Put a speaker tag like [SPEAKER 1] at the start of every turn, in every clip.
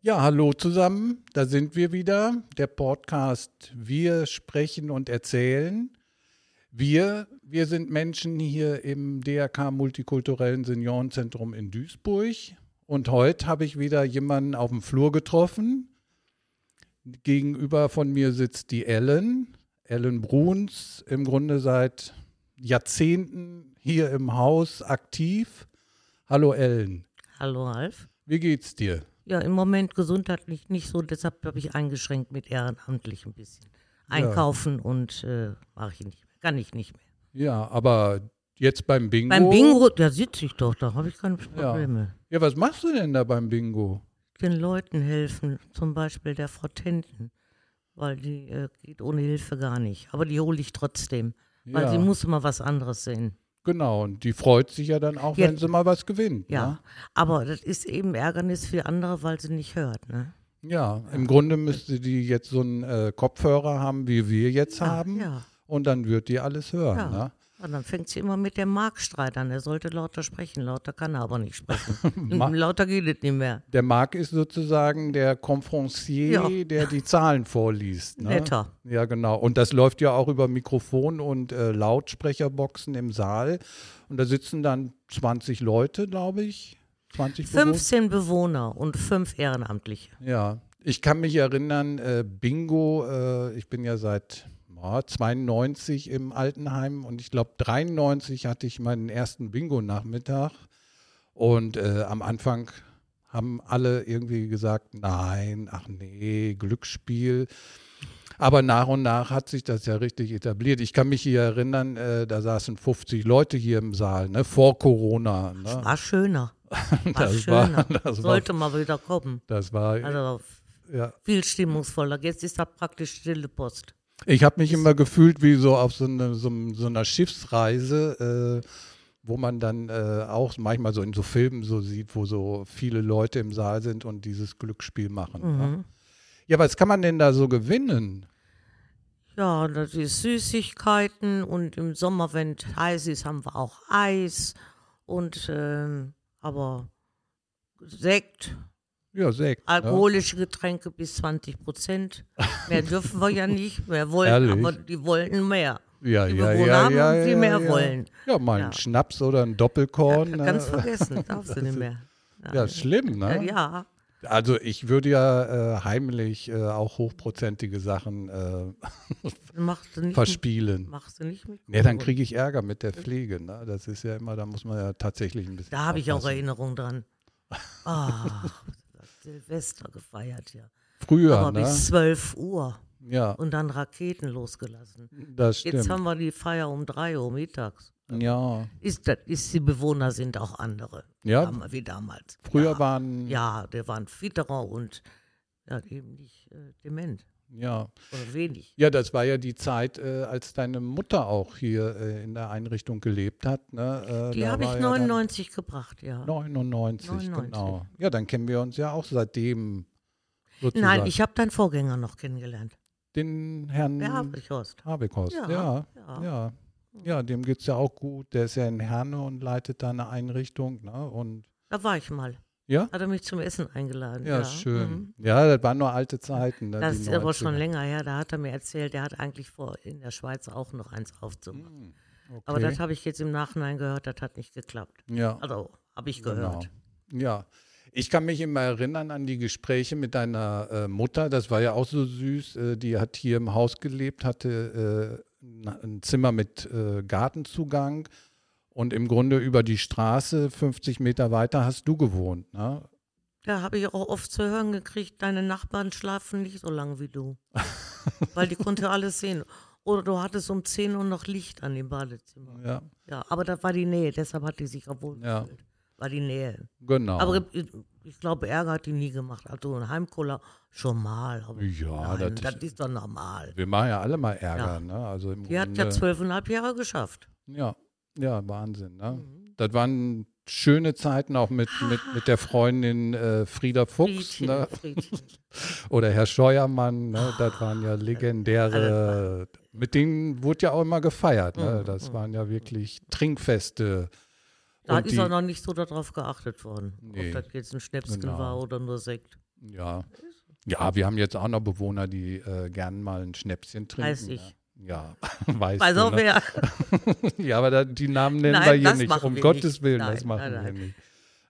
[SPEAKER 1] Ja, hallo zusammen, da sind wir wieder, der Podcast Wir sprechen und erzählen. Wir, wir sind Menschen hier im DRK Multikulturellen Seniorenzentrum in Duisburg und heute habe ich wieder jemanden auf dem Flur getroffen. Gegenüber von mir sitzt die Ellen, Ellen Bruns, im Grunde seit Jahrzehnten hier im Haus aktiv. Hallo Ellen,
[SPEAKER 2] Hallo Ralf.
[SPEAKER 1] wie geht's dir?
[SPEAKER 2] Ja, im Moment gesundheitlich nicht so, deshalb habe ich eingeschränkt mit ehrenamtlich ein bisschen. Einkaufen und äh, mache ich nicht mehr. Kann ich nicht mehr.
[SPEAKER 1] Ja, aber jetzt beim Bingo.
[SPEAKER 2] Beim Bingo, da sitze ich doch, da habe ich keine Probleme.
[SPEAKER 1] Ja, was machst du denn da beim Bingo?
[SPEAKER 2] Den Leuten helfen, zum Beispiel der Frau Tenten, weil die äh, geht ohne Hilfe gar nicht. Aber die hole ich trotzdem, weil
[SPEAKER 1] Ja.
[SPEAKER 2] sie muss immer was anderes sehen.
[SPEAKER 1] Genau, und die freut sich ja dann auch,
[SPEAKER 2] Ja.
[SPEAKER 1] wenn sie mal was gewinnt.
[SPEAKER 2] Ja, aber das ist eben Ärgernis für andere, weil sie nicht hört. Ne?
[SPEAKER 1] Ne? ja im Grunde müsste die jetzt so einen äh, Kopfhörer haben, wie wir jetzt haben.
[SPEAKER 2] Ah, ja.
[SPEAKER 1] Und dann wird die alles hören.
[SPEAKER 2] Ja.
[SPEAKER 1] Ne?
[SPEAKER 2] Und dann fängt sie immer mit dem Markstreit an. Er sollte lauter sprechen. Lauter kann er aber nicht sprechen. lauter geht es nicht mehr.
[SPEAKER 1] Der Marc ist sozusagen der Conferencier,
[SPEAKER 2] Ja.
[SPEAKER 1] der die Zahlen vorliest. Ne?
[SPEAKER 2] Netter.
[SPEAKER 1] Ja, genau. Und das läuft ja auch über Mikrofon und äh, Lautsprecherboxen im Saal. Und da sitzen dann 20 Leute, glaube ich. 20 Bewohner.
[SPEAKER 2] 15 Bewohner und 5 Ehrenamtliche.
[SPEAKER 1] Ja, ich kann mich erinnern, äh, Bingo, äh, ich bin ja seit ja, 92 im Altenheim und ich glaube 93 hatte ich meinen ersten Bingo-Nachmittag und äh, am Anfang haben alle irgendwie gesagt, nein, ach nee, Glücksspiel. Aber nach und nach hat sich das ja richtig etabliert. Ich kann mich hier erinnern, äh, da saßen 50 Leute hier im Saal, ne, vor Corona. Ne?
[SPEAKER 2] War schöner. War
[SPEAKER 1] Das war-
[SPEAKER 2] schöner.
[SPEAKER 1] das war-
[SPEAKER 2] Sollte mal wieder kommen.
[SPEAKER 1] Das war
[SPEAKER 2] Also
[SPEAKER 1] ja.
[SPEAKER 2] viel stimmungsvoller. Jetzt ist da praktisch stille Post.
[SPEAKER 1] Ich habe mich immer gefühlt wie so auf so, eine, so, so einer Schiffsreise, äh, wo man dann äh, auch manchmal so in so Filmen so sieht, wo so viele Leute im Saal sind und dieses Glücksspiel machen.
[SPEAKER 2] Mhm.
[SPEAKER 1] Ne? Ja, was kann man denn da so gewinnen?
[SPEAKER 2] Ja, das ist Süßigkeiten und im Sommer, wenn es heiß ist, haben wir auch Eis. Und ähm, aber Sekt,
[SPEAKER 1] Ja, Sekt. ne?
[SPEAKER 2] Alkoholische Getränke bis 20 Prozent. Mehr dürfen wir ja nicht, mehr wollen,
[SPEAKER 1] Ehrlich?
[SPEAKER 2] aber die wollten mehr.
[SPEAKER 1] Ne? Ja,
[SPEAKER 2] die
[SPEAKER 1] ja,
[SPEAKER 2] Bewohner
[SPEAKER 1] ja,
[SPEAKER 2] haben
[SPEAKER 1] ja,
[SPEAKER 2] und die
[SPEAKER 1] ja,
[SPEAKER 2] mehr
[SPEAKER 1] ja.
[SPEAKER 2] wollen.
[SPEAKER 1] Ja, mal
[SPEAKER 2] Ja.
[SPEAKER 1] ein Schnaps oder ein Doppelkorn.
[SPEAKER 2] Ganz
[SPEAKER 1] ne?
[SPEAKER 2] vergessen, darfst du nicht mehr.
[SPEAKER 1] ja, schlimm,
[SPEAKER 2] Ja,
[SPEAKER 1] ne?
[SPEAKER 2] ja.
[SPEAKER 1] Also ich würde ja äh, heimlich äh, auch hochprozentige Sachen äh,
[SPEAKER 2] machst du nicht, mit,
[SPEAKER 1] verspielen.
[SPEAKER 2] machst du nicht mit.
[SPEAKER 1] Ja, dann kriege ich Ärger mit der Pflege. Ne? Das ist ja immer, da muss man ja tatsächlich ein bisschen.
[SPEAKER 2] Da habe ich auch
[SPEAKER 1] aufpassen.
[SPEAKER 2] Erinnerung dran. Ah, Silvester gefeiert, ja.
[SPEAKER 1] Früher,
[SPEAKER 2] aber bis
[SPEAKER 1] ne?
[SPEAKER 2] 12 Uhr
[SPEAKER 1] Ja,
[SPEAKER 2] und dann Raketen losgelassen.
[SPEAKER 1] das
[SPEAKER 2] Jetzt
[SPEAKER 1] stimmt.
[SPEAKER 2] haben wir die Feier um 3 Uhr mittags.
[SPEAKER 1] Ja,
[SPEAKER 2] Ist, das, ist, die Bewohner sind auch andere.
[SPEAKER 1] Ja.
[SPEAKER 2] Dam- Wie damals.
[SPEAKER 1] früher
[SPEAKER 2] ja.
[SPEAKER 1] waren. Ja.
[SPEAKER 2] Ja, der war ein Fitterer und ja, eben nicht äh, dement
[SPEAKER 1] ja.
[SPEAKER 2] oder wenig.
[SPEAKER 1] das war ja die Zeit, äh, als deine Mutter auch hier äh, in der Einrichtung gelebt hat. Ne? Äh,
[SPEAKER 2] Die
[SPEAKER 1] da
[SPEAKER 2] habe
[SPEAKER 1] war
[SPEAKER 2] ich
[SPEAKER 1] ja dann-
[SPEAKER 2] 99 gebracht, ja.
[SPEAKER 1] 99,
[SPEAKER 2] 99.
[SPEAKER 1] genau. Ja, dann kennen wir uns ja auch seitdem. Sozusagen.
[SPEAKER 2] Nein, ich habe deinen Vorgänger noch kennengelernt.
[SPEAKER 1] Den Herrn
[SPEAKER 2] Der Habrich Horst.
[SPEAKER 1] Habekost. Ja,
[SPEAKER 2] Ja,
[SPEAKER 1] Mhm. ja.
[SPEAKER 2] ja.
[SPEAKER 1] Ja, dem geht es ja auch gut. Der ist ja in Herne und leitet da eine Einrichtung. Ne? Und
[SPEAKER 2] Da war ich mal.
[SPEAKER 1] Ja?
[SPEAKER 2] Hat er mich zum Essen eingeladen.
[SPEAKER 1] Ja,
[SPEAKER 2] Ja,
[SPEAKER 1] schön.
[SPEAKER 2] Mhm.
[SPEAKER 1] Ja, das waren nur alte Zeiten. ne,
[SPEAKER 2] Das
[SPEAKER 1] die
[SPEAKER 2] ist aber schon
[SPEAKER 1] 90er.
[SPEAKER 2] länger her. Da hat er mir erzählt, er hat eigentlich vor, in der Schweiz auch noch eins aufzumachen.
[SPEAKER 1] Mhm, Okay.
[SPEAKER 2] Aber das habe ich jetzt im Nachhinein gehört, das hat nicht geklappt.
[SPEAKER 1] ja,
[SPEAKER 2] Also, habe ich
[SPEAKER 1] genau.
[SPEAKER 2] gehört.
[SPEAKER 1] Ja. Ich kann mich immer erinnern an die Gespräche mit deiner äh, Mutter. Das war ja auch so süß. Äh, die hat hier im Haus gelebt, hatte äh, na- ein Zimmer mit äh, Gartenzugang. Und im Grunde über die Straße, 50 Meter weiter, hast du gewohnt. Ne?
[SPEAKER 2] Da habe ich auch oft zu hören gekriegt, deine Nachbarn schlafen nicht so lange wie du. Weil die konnte alles sehen. Oder du hattest um 10 Uhr noch Licht an dem Badezimmer.
[SPEAKER 1] Ja,
[SPEAKER 2] Ja, aber das war die Nähe, deshalb hat die sich auch wohl
[SPEAKER 1] Ja.
[SPEAKER 2] gefühlt. War die Nähe.
[SPEAKER 1] genau.
[SPEAKER 2] Aber ich, ich glaube, Ärger hat die nie gemacht. Also ein Heimkoller schon mal. Aber
[SPEAKER 1] Ja,
[SPEAKER 2] nein,
[SPEAKER 1] das-
[SPEAKER 2] das, ist doch normal.
[SPEAKER 1] wir machen ja alle mal Ärger.
[SPEAKER 2] Ja.
[SPEAKER 1] Ne? Also im
[SPEAKER 2] Die hat
[SPEAKER 1] Grunde,
[SPEAKER 2] ja zwölfeinhalb Jahre geschafft.
[SPEAKER 1] Ja, ja, Wahnsinn. Ne?
[SPEAKER 2] Mhm.
[SPEAKER 1] Das waren schöne Zeiten auch mit, mit, mit der Freundin äh, Frieda Fuchs
[SPEAKER 2] Ah. Friedchen, Ah.
[SPEAKER 1] ne?
[SPEAKER 2] Friedchen.
[SPEAKER 1] oder Herr Scheuermann. Ne? Das waren ja legendäre. Mit denen wurde ja auch immer gefeiert.
[SPEAKER 2] Mhm,
[SPEAKER 1] Ne? Das waren ja wirklich Trinkfeste.
[SPEAKER 2] Da
[SPEAKER 1] Und
[SPEAKER 2] ist
[SPEAKER 1] die-
[SPEAKER 2] auch noch nicht so darauf geachtet worden,
[SPEAKER 1] Nee.
[SPEAKER 2] ob das jetzt ein Schnäpschen
[SPEAKER 1] Genau.
[SPEAKER 2] war oder nur Sekt.
[SPEAKER 1] Ja. Ja, wir haben jetzt auch noch Bewohner, die äh, gern mal ein Schnäpschen trinken. ne?
[SPEAKER 2] Weiß ich.
[SPEAKER 1] Ja, ja weiß
[SPEAKER 2] Weiß auch
[SPEAKER 1] ne?
[SPEAKER 2] Also wer.
[SPEAKER 1] Ja, aber da, die Namen nennen
[SPEAKER 2] Nein,
[SPEAKER 1] wir hier
[SPEAKER 2] das
[SPEAKER 1] nicht.
[SPEAKER 2] machen
[SPEAKER 1] Um
[SPEAKER 2] wir
[SPEAKER 1] Gottes
[SPEAKER 2] nicht.
[SPEAKER 1] Willen,
[SPEAKER 2] Nein,
[SPEAKER 1] das machen
[SPEAKER 2] nein, nein.
[SPEAKER 1] wir nicht.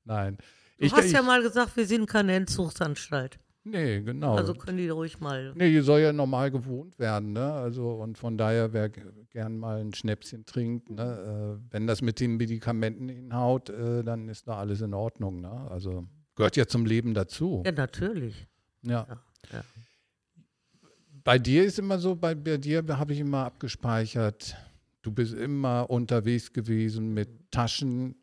[SPEAKER 1] Nein.
[SPEAKER 2] Du hast ja mal gesagt, wir sind keine Entzugsanstalt.
[SPEAKER 1] Nee, genau.
[SPEAKER 2] Also können die ruhig mal.
[SPEAKER 1] nee, hier soll ja normal gewohnt werden, ne? Also und von daher, wer g- gern mal ein Schnäpschen trinkt, ne? äh, wenn das mit den Medikamenten hinhaut, äh, dann ist da alles in Ordnung, ne? Also gehört ja zum Leben dazu.
[SPEAKER 2] Ja, natürlich.
[SPEAKER 1] Ja.
[SPEAKER 2] ja.
[SPEAKER 1] Bei dir ist immer so, bei, bei dir habe ich immer abgespeichert, du bist immer unterwegs gewesen mit Taschen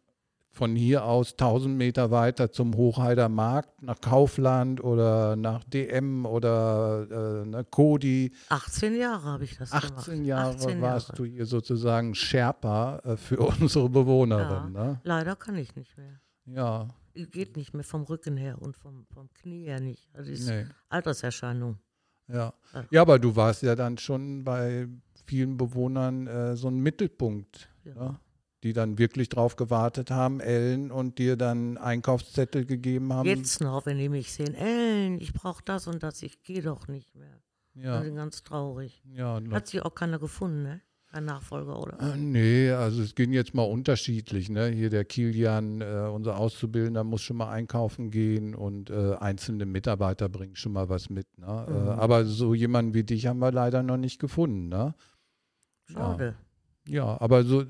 [SPEAKER 1] von hier aus 1000 Meter weiter zum Hochheider Markt, nach Kaufland oder nach DM oder äh, ne, Kodi.
[SPEAKER 2] 18 Jahre habe ich das gemacht.
[SPEAKER 1] 18 Jahre
[SPEAKER 2] 18
[SPEAKER 1] warst
[SPEAKER 2] Jahre.
[SPEAKER 1] du hier sozusagen Sherpa äh, für unsere Bewohnerin.
[SPEAKER 2] Ja.
[SPEAKER 1] Ne?
[SPEAKER 2] Leider kann ich nicht mehr.
[SPEAKER 1] ja.
[SPEAKER 2] Geht nicht mehr vom Rücken her und vom, vom Knie her nicht. Also ist
[SPEAKER 1] Nee.
[SPEAKER 2] Alterserscheinung.
[SPEAKER 1] Ja.
[SPEAKER 2] Ja.
[SPEAKER 1] ja, aber du warst ja dann schon bei vielen Bewohnern äh, so ein Mittelpunkt,
[SPEAKER 2] Ja.
[SPEAKER 1] ne? die dann wirklich drauf gewartet haben, Ellen, und dir dann Einkaufszettel gegeben haben.
[SPEAKER 2] Jetzt noch, wenn die mich sehen, Ellen, ich brauche das und das, ich gehe doch nicht mehr. Die
[SPEAKER 1] Ja,
[SPEAKER 2] sind ganz traurig.
[SPEAKER 1] ja. noch-
[SPEAKER 2] Also, Hat sich auch keiner gefunden, ne? Kein Nachfolger, oder?
[SPEAKER 1] Äh, Nee, also es ging jetzt mal unterschiedlich. Ne? Hier der Kilian, äh, unser Auszubildender, muss schon mal einkaufen gehen und äh, einzelne Mitarbeiter bringen schon mal was mit. Ne?
[SPEAKER 2] Mhm.
[SPEAKER 1] Äh, aber so jemanden wie dich haben wir leider noch nicht gefunden. Ne?
[SPEAKER 2] Schade.
[SPEAKER 1] Ja, aber so,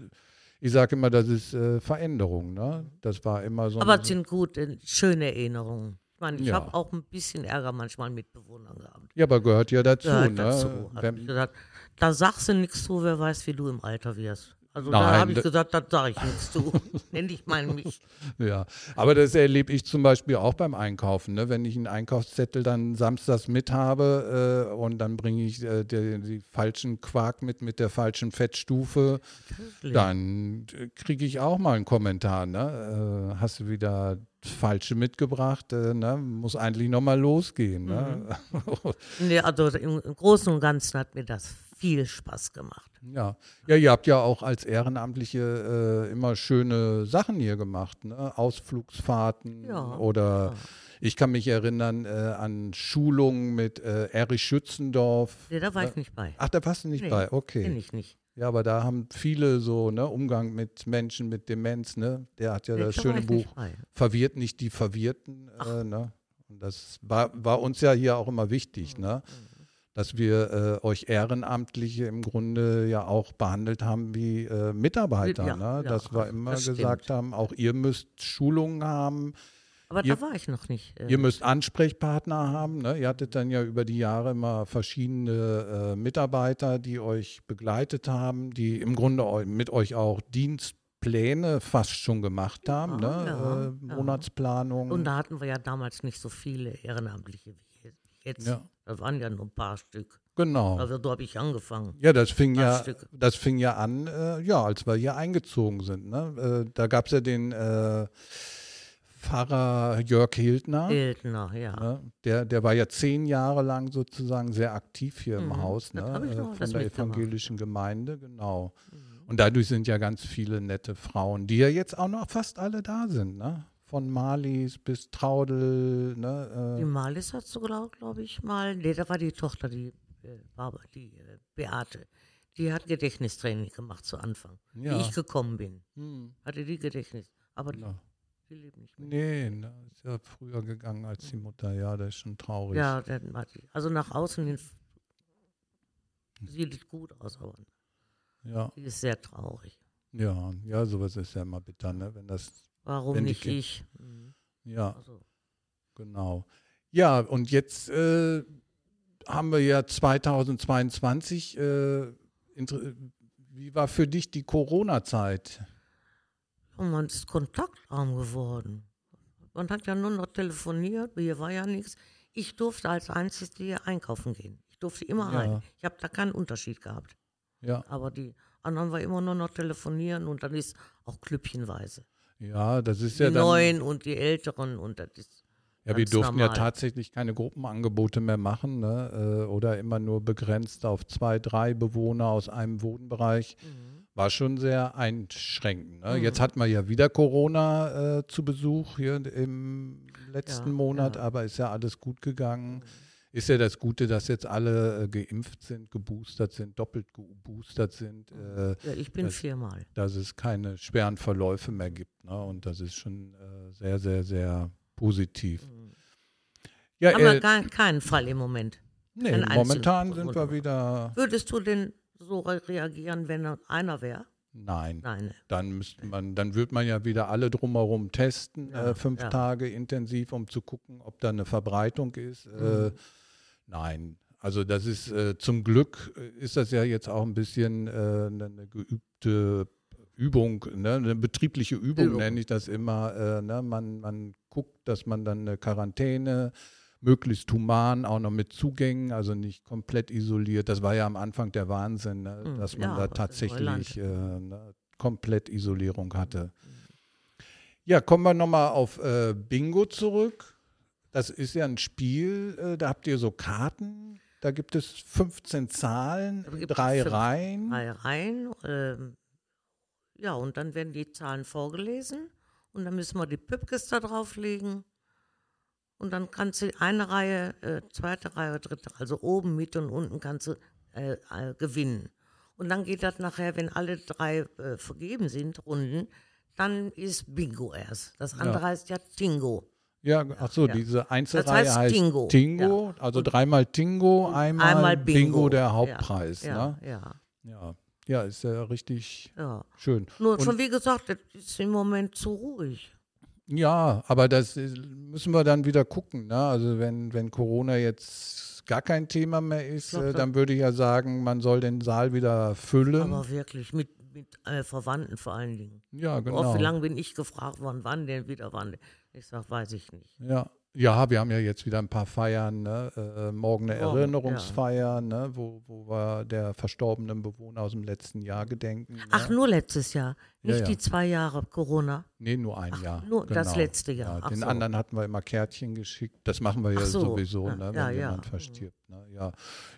[SPEAKER 1] ich sage immer, das ist äh, Veränderung, ne? Das war immer so.
[SPEAKER 2] Aber
[SPEAKER 1] eine,
[SPEAKER 2] es sind gut, äh, schöne Erinnerungen. Ich meine, ich
[SPEAKER 1] Ja.
[SPEAKER 2] habe auch ein bisschen Ärger manchmal mit Bewohnern gehabt.
[SPEAKER 1] ja, aber gehört ja dazu,
[SPEAKER 2] Gehört
[SPEAKER 1] ne?
[SPEAKER 2] Äh, dazu. Hab ich
[SPEAKER 1] Wenn,
[SPEAKER 2] gesagt, da sagst du nichts zu, wer weiß, wie du im Alter wirst. Also da
[SPEAKER 1] Nein,
[SPEAKER 2] habe ich
[SPEAKER 1] da-
[SPEAKER 2] gesagt, da sage ich nichts zu. Nenn ich mal mich.
[SPEAKER 1] ja. Aber das erlebe ich zum Beispiel auch beim Einkaufen, ne? Wenn ich einen Einkaufszettel dann samstags mit habe äh, und dann bringe ich äh, die, die falschen Quark mit, mit der falschen Fettstufe, dann äh, kriege ich auch mal einen Kommentar, ne? Äh, hast du wieder das Falsche mitgebracht, äh, ne? Muss eigentlich nochmal losgehen, ne?
[SPEAKER 2] Nee, also im, im Großen und Ganzen hat mir das viel Spaß gemacht.
[SPEAKER 1] Ja. ja, ihr habt ja auch als Ehrenamtliche äh, immer schöne Sachen hier gemacht, ne? Ausflugsfahrten
[SPEAKER 2] Ja,
[SPEAKER 1] oder ich kann mich erinnern äh, an Schulungen mit äh, Erich Schützendorf. Äh,
[SPEAKER 2] Nee, da war ich nicht bei.
[SPEAKER 1] Ach, da warst du nicht
[SPEAKER 2] Nee,
[SPEAKER 1] bei,
[SPEAKER 2] Bin
[SPEAKER 1] okay.
[SPEAKER 2] ich nicht.
[SPEAKER 1] Ja, aber da haben viele so, ne, Umgang mit Menschen mit Demenz, ne? Der hat ja
[SPEAKER 2] Nee,
[SPEAKER 1] das
[SPEAKER 2] da war
[SPEAKER 1] schöne
[SPEAKER 2] ich
[SPEAKER 1] Buch
[SPEAKER 2] nicht bei.
[SPEAKER 1] Verwirrt nicht die Verwirrten, äh, ne? Und das war, war uns ja hier auch immer wichtig,
[SPEAKER 2] Mhm.
[SPEAKER 1] ne? dass wir äh, euch Ehrenamtliche im Grunde ja auch behandelt haben wie äh, Mitarbeiter.
[SPEAKER 2] Ja, ja,
[SPEAKER 1] ne? Dass wir
[SPEAKER 2] also
[SPEAKER 1] immer
[SPEAKER 2] das stimmt.
[SPEAKER 1] gesagt haben, auch ihr müsst Schulungen haben,
[SPEAKER 2] Aber
[SPEAKER 1] Ihr-
[SPEAKER 2] da war ich noch nicht. äh,
[SPEAKER 1] ihr müsst Ansprechpartner haben. Ne? Ihr hattet dann ja über die Jahre immer verschiedene äh, Mitarbeiter, die euch begleitet haben, die im Grunde eu mit euch auch Dienstpläne fast schon gemacht haben,
[SPEAKER 2] Ja,
[SPEAKER 1] ne?
[SPEAKER 2] ja,
[SPEAKER 1] äh,
[SPEAKER 2] ja.
[SPEAKER 1] Monatsplanung.
[SPEAKER 2] Und da hatten wir ja damals nicht so viele Ehrenamtliche wie jetzt.
[SPEAKER 1] Ja.
[SPEAKER 2] Da waren ja nur ein paar Stück.
[SPEAKER 1] genau.
[SPEAKER 2] Also da habe ich angefangen.
[SPEAKER 1] Ja, das fing
[SPEAKER 2] Paar
[SPEAKER 1] ja,
[SPEAKER 2] Stücke.
[SPEAKER 1] das fing ja an, äh, ja, als wir hier eingezogen sind. Ne? Äh, da gab es ja den äh, Pfarrer Jörg Hildner.
[SPEAKER 2] Bildner, ja.
[SPEAKER 1] Ne? Der, der war ja zehn Jahre lang sozusagen sehr aktiv hier im
[SPEAKER 2] Mhm,
[SPEAKER 1] Haus, ne?
[SPEAKER 2] das hab ich
[SPEAKER 1] äh,
[SPEAKER 2] noch Mhm.
[SPEAKER 1] von
[SPEAKER 2] alles
[SPEAKER 1] der
[SPEAKER 2] mitgemacht.
[SPEAKER 1] evangelischen Gemeinde, genau. Und dadurch sind ja ganz viele nette Frauen, die ja jetzt auch noch fast alle da sind, ne? Von Marlies bis Traudel,
[SPEAKER 2] Die
[SPEAKER 1] ne?
[SPEAKER 2] Malis hat so glaube glaub ich mal. Nee, da war die Tochter, die, äh, Barbara, die äh, Beate. Die hat Gedächtnistraining gemacht zu Anfang.
[SPEAKER 1] Äh, Ja.
[SPEAKER 2] Wie ich gekommen bin,
[SPEAKER 1] Äh, hm, genau.
[SPEAKER 2] hatte die Gedächtnis. Aber die,
[SPEAKER 1] ja.
[SPEAKER 2] die lebt nicht mehr.
[SPEAKER 1] Nee, ne? ist ja früher gegangen als die Mutter, ja, das ist schon traurig.
[SPEAKER 2] Ja, dann hat die, also nach außen hin f- sieht gut aus, aber
[SPEAKER 1] Ja,
[SPEAKER 2] die ist sehr traurig.
[SPEAKER 1] ja, ja, sowas ist ja immer bitter, ne? Wenn das,
[SPEAKER 2] Warum
[SPEAKER 1] Wenn die
[SPEAKER 2] nicht
[SPEAKER 1] Kind-
[SPEAKER 2] ich? Mhm.
[SPEAKER 1] ja,
[SPEAKER 2] Also,
[SPEAKER 1] genau. Ja, und jetzt äh, haben wir ja 2022. Äh, inter- wie war für dich die Corona-Zeit?
[SPEAKER 2] Und man ist kontaktarm geworden. Man hat ja nur noch telefoniert, hier war ja nichts. Ich durfte als einziges hier einkaufen gehen. Ich durfte immer
[SPEAKER 1] Ja.
[SPEAKER 2] rein. Ich habe da keinen Unterschied gehabt.
[SPEAKER 1] Ja,
[SPEAKER 2] Aber die anderen war immer nur noch telefonieren und dann ist auch klüppchenweise.
[SPEAKER 1] ja, das ist
[SPEAKER 2] Die
[SPEAKER 1] ja dann.
[SPEAKER 2] Neuen und die Älteren und das ist.
[SPEAKER 1] ja, wir
[SPEAKER 2] ganz
[SPEAKER 1] durften ja
[SPEAKER 2] normal.
[SPEAKER 1] tatsächlich keine Gruppenangebote mehr machen,
[SPEAKER 2] Mhm.
[SPEAKER 1] ne? Äh, oder immer nur begrenzt auf zwei, drei Bewohner aus einem Wohnbereich. War schon sehr einschränkend. Ne? Jetzt hat man ja wieder Corona äh, zu Besuch hier im letzten
[SPEAKER 2] Ja,
[SPEAKER 1] Monat,
[SPEAKER 2] ja. Mhm.
[SPEAKER 1] aber ist ja alles gut gegangen. Ist ja das Gute, dass jetzt alle äh, geimpft sind, geboostert sind, doppelt geboostert sind, äh,
[SPEAKER 2] Ja, ich bin
[SPEAKER 1] Das-
[SPEAKER 2] viermal.
[SPEAKER 1] dass es keine schweren Verläufe mehr gibt. Ne? Und das ist schon äh, sehr, sehr, sehr positiv. Ja,
[SPEAKER 2] Haben wir
[SPEAKER 1] äh,
[SPEAKER 2] gar keinen Fall im Moment.
[SPEAKER 1] nee,
[SPEAKER 2] keinen einzigen.
[SPEAKER 1] momentan sind wir
[SPEAKER 2] Wunderbar.
[SPEAKER 1] wieder,
[SPEAKER 2] Würdest du denn so re- reagieren, wenn er einer wäre?
[SPEAKER 1] nein.
[SPEAKER 2] Nein. ne?
[SPEAKER 1] Dann müsste man, dann würde man ja wieder alle drumherum testen,
[SPEAKER 2] Ja,
[SPEAKER 1] äh, fünf
[SPEAKER 2] ja.
[SPEAKER 1] Tage intensiv, um zu gucken, ob da eine Verbreitung ist.
[SPEAKER 2] Mhm.
[SPEAKER 1] Äh, nein, also das ist äh, zum Glück äh, ist das ja jetzt auch ein bisschen äh, eine eine geübte Übung, ne? eine betriebliche Übung,
[SPEAKER 2] Übung.
[SPEAKER 1] nenne ich das immer. Äh, ne? man, man guckt, dass man dann eine Quarantäne möglichst human, auch noch mit Zugängen, also nicht komplett isoliert. Das war ja am Anfang der Wahnsinn, ne?
[SPEAKER 2] Mhm.
[SPEAKER 1] dass man
[SPEAKER 2] Ja,
[SPEAKER 1] da
[SPEAKER 2] aber das ist
[SPEAKER 1] tatsächlich äh, ne? komplett Isolierung
[SPEAKER 2] Hm,
[SPEAKER 1] hatte. Ja, kommen wir nochmal auf äh, Bingo zurück. Das ist ja ein Spiel, äh, da habt ihr so Karten, da gibt es 15 Zahlen,
[SPEAKER 2] Da
[SPEAKER 1] in
[SPEAKER 2] gibt es
[SPEAKER 1] drei
[SPEAKER 2] 15
[SPEAKER 1] Reihen.
[SPEAKER 2] Drei Reihen. Ähm, ja, und dann werden die Zahlen vorgelesen und dann müssen wir die Püppkes da drauflegen. Und dann kannst du eine Reihe, äh, zweite Reihe, dritte, also oben, Mitte und unten kannst du äh, äh, gewinnen. Und dann geht das nachher, wenn alle drei äh, vergeben sind, Runden, dann ist Bingo erst. Das andere heißt ja Tingo.
[SPEAKER 1] Ja, ach so,
[SPEAKER 2] ja.
[SPEAKER 1] diese Einzelreihe
[SPEAKER 2] heißt
[SPEAKER 1] heißt
[SPEAKER 2] Tingo,
[SPEAKER 1] Tingo, also dreimal Tingo, einmal,
[SPEAKER 2] Einmal
[SPEAKER 1] Bingo.
[SPEAKER 2] Bingo.
[SPEAKER 1] der Hauptpreis.
[SPEAKER 2] Ja,
[SPEAKER 1] ne?
[SPEAKER 2] ja,
[SPEAKER 1] ja. ja, ist ja richtig
[SPEAKER 2] ja.
[SPEAKER 1] schön.
[SPEAKER 2] Nur
[SPEAKER 1] Und-
[SPEAKER 2] schon wie gesagt, das ist im Moment zu ruhig.
[SPEAKER 1] Ja, aber das ist- müssen wir dann wieder gucken. Ne? Also wenn, wenn Corona jetzt gar kein Thema mehr ist,
[SPEAKER 2] Ja,
[SPEAKER 1] äh,
[SPEAKER 2] klar.
[SPEAKER 1] dann würde ich ja sagen, man soll den Saal wieder füllen.
[SPEAKER 2] Aber wirklich, mit, mit äh, Verwandten vor allen Dingen.
[SPEAKER 1] ja,
[SPEAKER 2] Oft, wie
[SPEAKER 1] genau.
[SPEAKER 2] lange bin ich gefragt worden, wann denn wieder, wann denn? Ich sag, weiß ich nicht. ne?
[SPEAKER 1] Ja. ja, wir haben ja jetzt wieder ein paar Feiern. Ne? Äh, morgen eine
[SPEAKER 2] Morgen,
[SPEAKER 1] Erinnerungsfeier, ne? wo, wo wir der verstorbenen Bewohner aus dem letzten Jahr gedenken. Ne?
[SPEAKER 2] Ach, nur letztes Jahr.
[SPEAKER 1] Ja,
[SPEAKER 2] Nicht
[SPEAKER 1] ja.
[SPEAKER 2] die zwei Jahre Corona.
[SPEAKER 1] nee, nur ein Jahr. genau.
[SPEAKER 2] nur das letzte
[SPEAKER 1] Ja,
[SPEAKER 2] Jahr. Ach
[SPEAKER 1] den
[SPEAKER 2] so.
[SPEAKER 1] anderen hatten wir immer Kärtchen geschickt. Das machen wir ja
[SPEAKER 2] Ach so. Ah,
[SPEAKER 1] sowieso,
[SPEAKER 2] Ja,
[SPEAKER 1] ne, wenn
[SPEAKER 2] ja, Mhm. ja.
[SPEAKER 1] jemand verstirbt. Ne? Ja.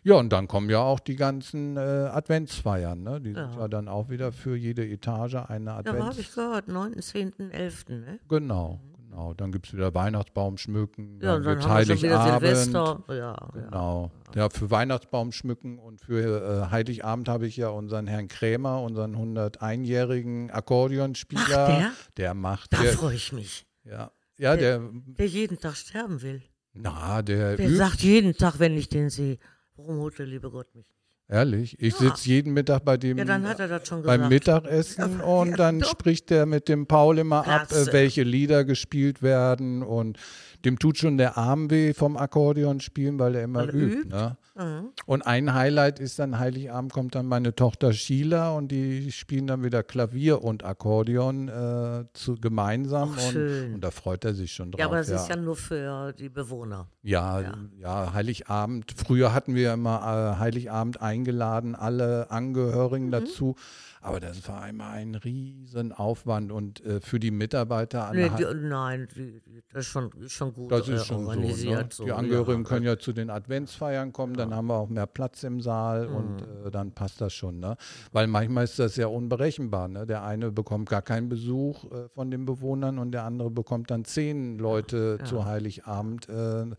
[SPEAKER 1] ja, und dann kommen ja auch die ganzen äh, Adventsfeiern. Ne? Die sind
[SPEAKER 2] Ja.
[SPEAKER 1] ja dann auch wieder für jede Etage eine
[SPEAKER 2] Ja, habe ich
[SPEAKER 1] Advents.
[SPEAKER 2] gehört, 9., 10., 11. Ne?
[SPEAKER 1] genau, genau. Dann gibt es wieder Weihnachtsbaum schmücken.
[SPEAKER 2] Ja, und dann
[SPEAKER 1] wird's
[SPEAKER 2] haben wir schon wieder
[SPEAKER 1] Heiligabend.
[SPEAKER 2] Silvester. Ja, ja.
[SPEAKER 1] Genau. Ja, für Weihnachtsbaum schmücken und für äh, Heiligabend habe ich ja unseren Herrn Krämer, unseren 101-jährigen Akkordeonspieler.
[SPEAKER 2] Macht der?
[SPEAKER 1] Der macht.
[SPEAKER 2] Da
[SPEAKER 1] Der,
[SPEAKER 2] freue ich mich.
[SPEAKER 1] ja, ja der,
[SPEAKER 2] Der jeden Tag sterben will.
[SPEAKER 1] na, der,
[SPEAKER 2] Der
[SPEAKER 1] übt
[SPEAKER 2] sagt jeden Tag, wenn ich den sehe, warum holt der liebe Gott mich?
[SPEAKER 1] Ehrlich, ich sitze jeden Mittag bei dem
[SPEAKER 2] Ja, dann hat er das schon gesagt.
[SPEAKER 1] Hm. beim Mittagessen und dann
[SPEAKER 2] doch.
[SPEAKER 1] spricht er mit dem Paul immer ab, äh,
[SPEAKER 2] Klasse.
[SPEAKER 1] welche Lieder gespielt werden und dem tut schon der Arm weh vom Akkordeon spielen, weil er immer
[SPEAKER 2] Weil er
[SPEAKER 1] übt.
[SPEAKER 2] übt.
[SPEAKER 1] Ne?
[SPEAKER 2] Mhm.
[SPEAKER 1] Und ein Highlight ist dann Heiligabend kommt dann meine Tochter Sheila und die spielen dann wieder Klavier und Akkordeon äh, zu, gemeinsam
[SPEAKER 2] Ach,
[SPEAKER 1] und,
[SPEAKER 2] schön.
[SPEAKER 1] und da freut er sich schon drauf.
[SPEAKER 2] Ja, aber das ist ja nur für die Bewohner.
[SPEAKER 1] Ja, ja, Heiligabend. Früher hatten wir immer äh, Heiligabend eingeladen, alle Angehörigen
[SPEAKER 2] Mhm.
[SPEAKER 1] dazu. Aber das war immer ein riesen Aufwand und äh, für die Mitarbeiter an
[SPEAKER 2] Nee,
[SPEAKER 1] der
[SPEAKER 2] die,
[SPEAKER 1] Hei-
[SPEAKER 2] nein, die, die, das ist schon, ist schon gut
[SPEAKER 1] das
[SPEAKER 2] äh,
[SPEAKER 1] ist schon so, ne?
[SPEAKER 2] organisiert.
[SPEAKER 1] Die Angehörigen können ja zu den Adventsfeiern kommen, dann haben wir auch mehr Platz im Saal
[SPEAKER 2] Mhm.
[SPEAKER 1] und äh, dann passt das schon. Ne? Weil manchmal ist das ja unberechenbar. Ne? Der eine bekommt gar keinen Besuch äh, von den Bewohnern und der andere bekommt dann zehn Leute zu Heiligabend. Äh, und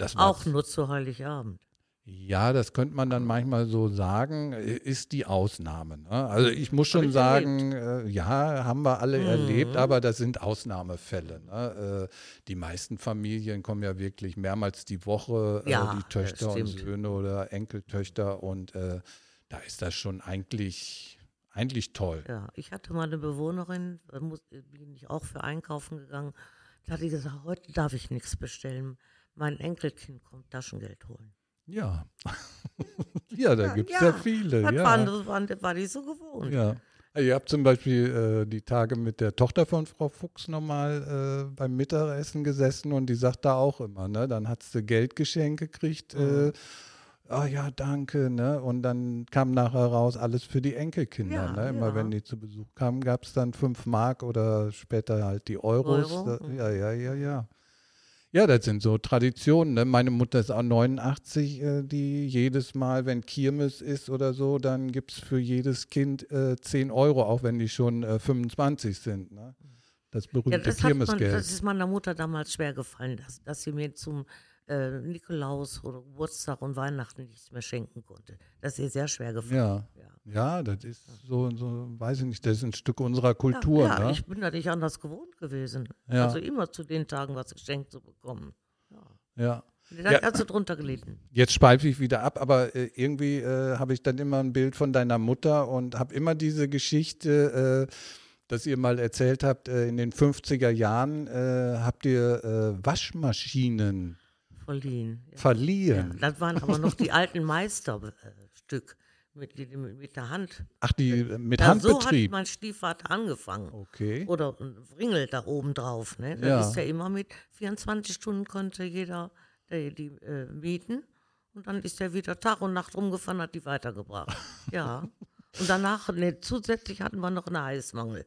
[SPEAKER 1] das macht's-
[SPEAKER 2] Auch nur zu Heiligabend.
[SPEAKER 1] Ja, das könnte man dann manchmal so sagen, äh, ist die Ausnahme. Ne? Also ich muss schon
[SPEAKER 2] ich
[SPEAKER 1] sagen, äh, ja, haben wir alle erlebt, aber das sind Ausnahmefälle. Ne? Äh, die meisten Familien kommen ja wirklich mehrmals die Woche, äh,
[SPEAKER 2] Ja,
[SPEAKER 1] die
[SPEAKER 2] das
[SPEAKER 1] Töchter und
[SPEAKER 2] stimmt.
[SPEAKER 1] Söhne oder Enkeltöchter und äh, da ist das schon eigentlich, eigentlich toll.
[SPEAKER 2] Ja, ich hatte mal eine Bewohnerin, da muss, bin ich auch für einkaufen gegangen. Da hat die gesagt, heute darf ich nichts bestellen. Mein Enkelkind kommt Taschengeld holen.
[SPEAKER 1] Ja, ja da gibt es ja,
[SPEAKER 2] ja.
[SPEAKER 1] viele.
[SPEAKER 2] Das
[SPEAKER 1] Äh, ja.
[SPEAKER 2] waren, das waren, das war die so gewohnt.
[SPEAKER 1] Ja. Also Ihr habt zum Beispiel äh, die Tage mit der Tochter von Frau Fuchs nochmal äh, beim Mittagessen gesessen und die sagt da auch immer, ne? Dann hat sie Geld geschenkt gekriegt.
[SPEAKER 2] Mhm.
[SPEAKER 1] Äh, Ah ja, danke, ne? Und dann kam nachher raus, alles für die Enkelkinder,
[SPEAKER 2] Ja, genau.
[SPEAKER 1] ne? Immer
[SPEAKER 2] ja.
[SPEAKER 1] wenn die zu Besuch kamen, gab es dann fünf Mark oder später halt die Euros.
[SPEAKER 2] Euro, mhm.
[SPEAKER 1] Da, ja, ja, ja, ja. Ja, das sind so Traditionen. Ne? Meine Mutter ist auch 89, äh, die jedes Mal, wenn Kirmes ist oder so, dann gibt es für jedes Kind äh, 10 Euro, auch wenn die schon äh, 25 sind. Ne? Das berühmte
[SPEAKER 2] Ja, das, hat man,
[SPEAKER 1] Kirmesgeld.
[SPEAKER 2] das ist meiner Mutter damals schwer gefallen, dass, dass sie mir zum äh, Nikolaus oder Geburtstag und Weihnachten nichts mehr schenken konnte. Das ist ihr sehr schwer gefallen.
[SPEAKER 1] ja. ja, das ist so, so, weiß ich nicht, das ist ein Stück unserer Kultur.
[SPEAKER 2] ja,
[SPEAKER 1] ne?
[SPEAKER 2] ich bin da nicht anders gewohnt gewesen.
[SPEAKER 1] Ja.
[SPEAKER 2] Also immer zu den Tagen was geschenkt zu bekommen.
[SPEAKER 1] ja.
[SPEAKER 2] Da
[SPEAKER 1] Ja.
[SPEAKER 2] hat sie drunter gelitten.
[SPEAKER 1] Jetzt schweife ich wieder ab, aber äh, irgendwie äh, habe ich dann immer ein Bild von deiner Mutter und habe immer diese Geschichte, äh, dass ihr mal erzählt habt, äh, in den 50er Jahren äh, habt ihr äh, Waschmaschinen
[SPEAKER 2] Verliehen. Ja.
[SPEAKER 1] verliehen.
[SPEAKER 2] Das waren aber noch die alten Meisterstück mit, mit, mit der Hand.
[SPEAKER 1] Ach, die äh, mit
[SPEAKER 2] Ja, so hat
[SPEAKER 1] Handbetrieb.
[SPEAKER 2] mein Stiefvater angefangen.
[SPEAKER 1] okay.
[SPEAKER 2] Oder ein Ringel da oben drauf. Ne? Da
[SPEAKER 1] Ja.
[SPEAKER 2] ist ja immer mit 24 Stunden konnte jeder äh, die äh, mieten. Und dann ist er wieder Tag und Nacht rumgefahren, hat die weitergebracht. Ja. Und danach, ne, zusätzlich hatten wir noch einen Eismangel.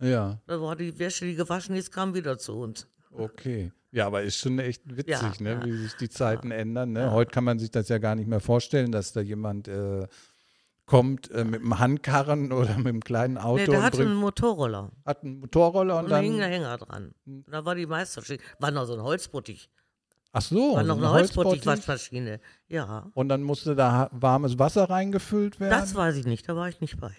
[SPEAKER 1] Ja,
[SPEAKER 2] Da war die Wäsche, die gewaschen ist, kam wieder zu uns.
[SPEAKER 1] okay. Ja, aber ist schon echt witzig, ne?
[SPEAKER 2] ja.
[SPEAKER 1] wie sich die Zeiten ändern. Ne? Heute kann man sich das ja gar nicht mehr vorstellen, dass da jemand äh, kommt äh, mit einem Handkarren oder mit einem kleinen Auto
[SPEAKER 2] Ne, der
[SPEAKER 1] und
[SPEAKER 2] hatte
[SPEAKER 1] bringt,
[SPEAKER 2] einen Motorroller.
[SPEAKER 1] hat einen Motorroller und,
[SPEAKER 2] Und da
[SPEAKER 1] dann
[SPEAKER 2] hing der Hänger dran. Und da war die Meisterschicht. War noch so ein Holzbottich.
[SPEAKER 1] Ach so,
[SPEAKER 2] War
[SPEAKER 1] Also
[SPEAKER 2] noch
[SPEAKER 1] ein
[SPEAKER 2] eine
[SPEAKER 1] Holzbottich.
[SPEAKER 2] Holzbottich-Waschmaschine. Ja.
[SPEAKER 1] Und dann musste da ha- warmes Wasser reingefüllt werden.
[SPEAKER 2] Das weiß ich nicht, da war ich nicht bei.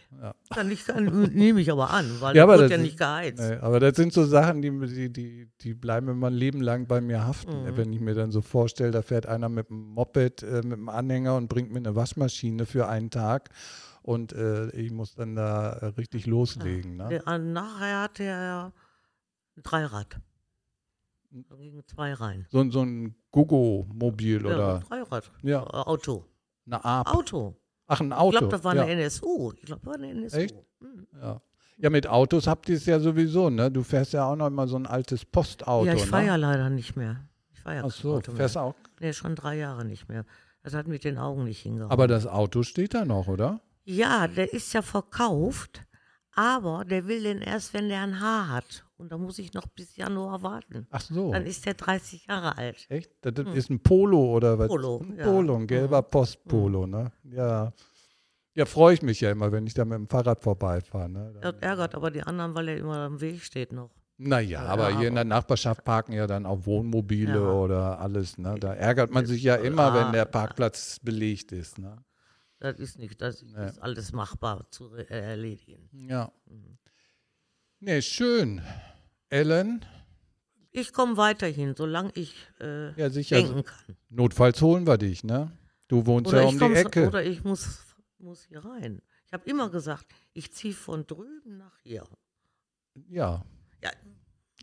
[SPEAKER 2] Dann ich, kann- nehme ich aber an, weil
[SPEAKER 1] Ja,
[SPEAKER 2] ja,
[SPEAKER 1] aber
[SPEAKER 2] wird
[SPEAKER 1] das
[SPEAKER 2] ja
[SPEAKER 1] ist-
[SPEAKER 2] nicht geheizt.
[SPEAKER 1] Nee, aber das sind so Sachen, die, die, die, die bleiben immer ein Leben lang bei mir haften. ne,
[SPEAKER 2] Mhm.
[SPEAKER 1] Wenn ich mir dann so vorstelle, da fährt einer mit einem Moped, äh, mit einem Anhänger und bringt mir eine Waschmaschine für einen Tag und äh, ich muss dann da äh,
[SPEAKER 2] Ah.
[SPEAKER 1] richtig loslegen. Ne?
[SPEAKER 2] Der, äh, nachher hatte er ja ein Dreirad. Da gingen zwei rein.
[SPEAKER 1] So, ein- so ein Gogo-Mobil
[SPEAKER 2] Ja, ein
[SPEAKER 1] oder
[SPEAKER 2] Dreirad.
[SPEAKER 1] Ja.
[SPEAKER 2] Äh, Auto.
[SPEAKER 1] eine Art.
[SPEAKER 2] Auto.
[SPEAKER 1] Ach, ein
[SPEAKER 2] Ich
[SPEAKER 1] Auto.
[SPEAKER 2] glaube, das war
[SPEAKER 1] ja.
[SPEAKER 2] eine NSU. Ich glaube, das war eine NSU.
[SPEAKER 1] Echt? ja. ja, mit Autos habt ihr es ja sowieso. Ne? Du fährst ja auch noch immer so ein altes Postauto.
[SPEAKER 2] ja, ich fahre
[SPEAKER 1] ne?
[SPEAKER 2] ja leider nicht mehr. Ich fahre ja
[SPEAKER 1] Ach
[SPEAKER 2] kein
[SPEAKER 1] so,
[SPEAKER 2] Auto
[SPEAKER 1] fährst
[SPEAKER 2] mehr.
[SPEAKER 1] auch
[SPEAKER 2] Nee, schon drei Jahre nicht mehr. Das hat mit den Augen nicht hingehauen.
[SPEAKER 1] Aber das Auto steht da noch, oder?
[SPEAKER 2] Ja, der ist ja verkauft, aber der will den erst, wenn der ein Haar hat. Und da muss ich noch bis Januar warten.
[SPEAKER 1] Ach so.
[SPEAKER 2] Dann ist der 30 Jahre alt.
[SPEAKER 1] Echt? Das das ist ein Polo oder was?
[SPEAKER 2] Hm. Polo,
[SPEAKER 1] Ein
[SPEAKER 2] ja. Hm.
[SPEAKER 1] Polo, ein gelber Postpolo, ne? Ja. Ja, freue ich mich ja immer, wenn ich da mit dem Fahrrad vorbeifahre. Ne?
[SPEAKER 2] Das ärgert aber die anderen, weil er immer am Weg steht noch.
[SPEAKER 1] Naja, aber hier in der Nachbarschaft parken ja dann auch Wohnmobile
[SPEAKER 2] Ja.
[SPEAKER 1] oder alles. Ne? Da ärgert man sich ja immer, wenn der Parkplatz belegt ist. Ne?
[SPEAKER 2] Das ist nicht, das ist alles machbar zu re- äh, erledigen.
[SPEAKER 1] Ja.
[SPEAKER 2] Hm.
[SPEAKER 1] Ne, schön. Ellen,
[SPEAKER 2] Ich komme weiterhin, solange ich äh,
[SPEAKER 1] Ja, sicher.
[SPEAKER 2] denken kann.
[SPEAKER 1] notfalls holen wir dich, ne? Du wohnst
[SPEAKER 2] Oder,
[SPEAKER 1] ja
[SPEAKER 2] ich,
[SPEAKER 1] um die
[SPEAKER 2] komm,
[SPEAKER 1] Ecke.
[SPEAKER 2] oder ich muss, muss hier rein. Ich habe immer gesagt, ich ziehe von drüben nach hier.
[SPEAKER 1] ja,
[SPEAKER 2] Ja,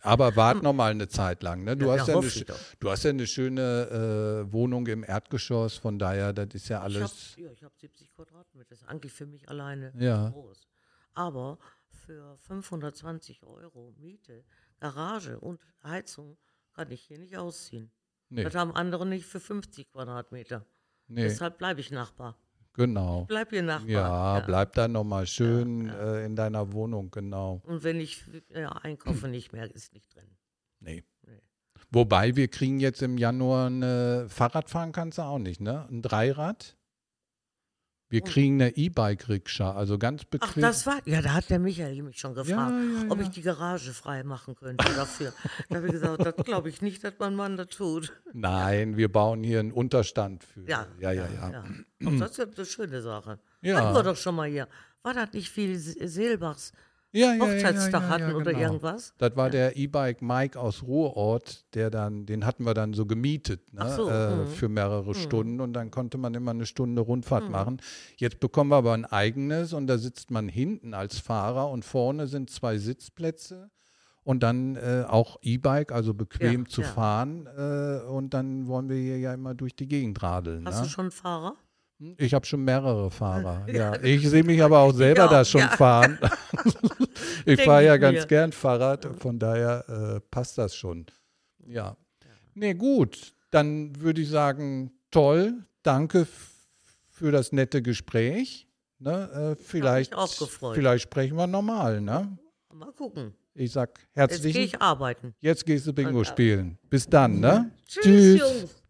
[SPEAKER 1] Aber wart noch mal eine Zeit lang. Ne? Du,
[SPEAKER 2] Ja,
[SPEAKER 1] hast ja
[SPEAKER 2] ja,
[SPEAKER 1] eine,
[SPEAKER 2] hoffe ich
[SPEAKER 1] schö-
[SPEAKER 2] doch.
[SPEAKER 1] du hast ja eine schöne äh, Wohnung im Erdgeschoss, von daher, das ist ja
[SPEAKER 2] Ich hab,
[SPEAKER 1] alles.
[SPEAKER 2] ja, ich habe 70 Quadratmeter. Das ist eigentlich für mich alleine
[SPEAKER 1] Ja.
[SPEAKER 2] groß. Aber für 520 Euro Miete, Garage und Heizung kann ich hier nicht ausziehen.
[SPEAKER 1] Nee,
[SPEAKER 2] Das haben andere nicht für 50 Quadratmeter.
[SPEAKER 1] nee,
[SPEAKER 2] Deshalb bleibe ich Nachbar.
[SPEAKER 1] genau.
[SPEAKER 2] Bleib hier Nachbar.
[SPEAKER 1] Ja, bleib da noch mal schön Äh, in deiner Wohnung, genau.
[SPEAKER 2] Und wenn ich ja, einkaufe nicht mehr, ist nicht drin.
[SPEAKER 1] Nee. Wobei wir kriegen jetzt im Januar eine Fahrradfahren kannst du auch nicht, ne? Ein Dreirad. Wir kriegen eine E-Bike-Rikscha, also ganz
[SPEAKER 2] Oh. Ach,
[SPEAKER 1] bequem.
[SPEAKER 2] das war. Ja, da hat der Michael mich schon gefragt,
[SPEAKER 1] Ja, ja,
[SPEAKER 2] ob
[SPEAKER 1] ja.
[SPEAKER 2] ich die Garage frei machen könnte dafür. da habe ich gesagt, das glaube ich nicht, dass mein Mann das tut.
[SPEAKER 1] Nein, wir bauen hier einen Unterstand für.
[SPEAKER 2] Ja,
[SPEAKER 1] ja, ja. ja.
[SPEAKER 2] ja. Ach, Das ist ja eine schöne Sache.
[SPEAKER 1] Ja.
[SPEAKER 2] Hatten wir doch schon mal hier. War das nicht viel Se- Seelbachs
[SPEAKER 1] ja, ja,
[SPEAKER 2] Hochzeitstag
[SPEAKER 1] ja, ja,
[SPEAKER 2] hatten
[SPEAKER 1] ja,
[SPEAKER 2] oder
[SPEAKER 1] genau.
[SPEAKER 2] irgendwas?
[SPEAKER 1] Das war der E-Bike Mike aus Ruhrort, der dann, den hatten wir dann so gemietet, ne?
[SPEAKER 2] Ach so,
[SPEAKER 1] äh,
[SPEAKER 2] mhm.
[SPEAKER 1] für mehrere Stunden und dann konnte man immer eine Stunde Rundfahrt
[SPEAKER 2] Hm.
[SPEAKER 1] machen. Jetzt bekommen wir aber ein eigenes und da sitzt man hinten als Fahrer und vorne sind zwei Sitzplätze und dann äh, auch E-Bike, also bequem
[SPEAKER 2] Ja,
[SPEAKER 1] zu
[SPEAKER 2] ja.
[SPEAKER 1] fahren äh, und dann wollen wir hier ja immer durch die Gegend radeln.
[SPEAKER 2] Hast
[SPEAKER 1] ne?
[SPEAKER 2] du schon einen Fahrer?
[SPEAKER 1] Ich habe schon mehrere Fahrer. Ja. Ich sehe mich aber auch selber
[SPEAKER 2] Ja,
[SPEAKER 1] da schon
[SPEAKER 2] Genau, ja.
[SPEAKER 1] fahren. ich
[SPEAKER 2] Denk
[SPEAKER 1] fahre ja
[SPEAKER 2] ich
[SPEAKER 1] ganz
[SPEAKER 2] mir.
[SPEAKER 1] gern Fahrrad, von daher äh, passt das schon. Ja. Nee, gut. Dann würde ich sagen, toll. Danke f- für das nette Gespräch. Ne, äh, vielleicht,
[SPEAKER 2] auch gefreut.
[SPEAKER 1] vielleicht sprechen wir nochmal. Ne?
[SPEAKER 2] Mal gucken.
[SPEAKER 1] Ich sag
[SPEAKER 2] Jetzt gehe
[SPEAKER 1] herzlichen
[SPEAKER 2] ich arbeiten.
[SPEAKER 1] Jetzt gehst du Bingo spielen. Bis dann, ne?
[SPEAKER 2] Tschüss, Jungs.